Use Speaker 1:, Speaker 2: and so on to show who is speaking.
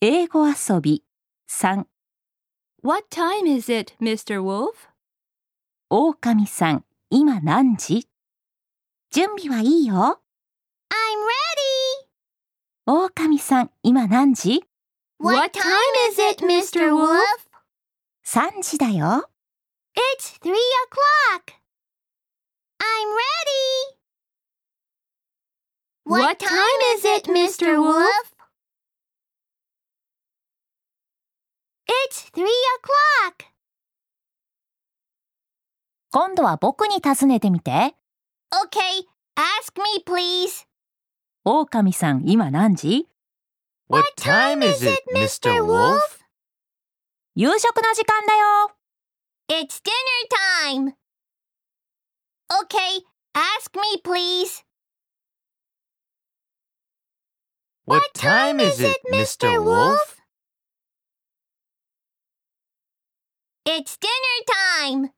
Speaker 1: 英語遊び3
Speaker 2: What time is it, Mr. Wolf?
Speaker 1: 狼さん今何時準備はいいよ
Speaker 3: I'm ready!
Speaker 1: 狼さん今何時
Speaker 2: What time
Speaker 3: is it, Mr. Wolf?
Speaker 1: 3時だよ
Speaker 3: It's three o'clock. I'm ready!
Speaker 2: What time is it, Mr. Wolf?
Speaker 3: It's three o'clock.
Speaker 1: 今度は僕に尋ねてみて
Speaker 3: Okay, ask me, please.
Speaker 1: 狼さん今何時
Speaker 4: What time is it, Mr. Wolf?
Speaker 1: 夕食の時間だよ
Speaker 3: It's dinner time. Okay, ask me, please.
Speaker 4: What time is it, Mr. Wolf?
Speaker 3: It's dinner time.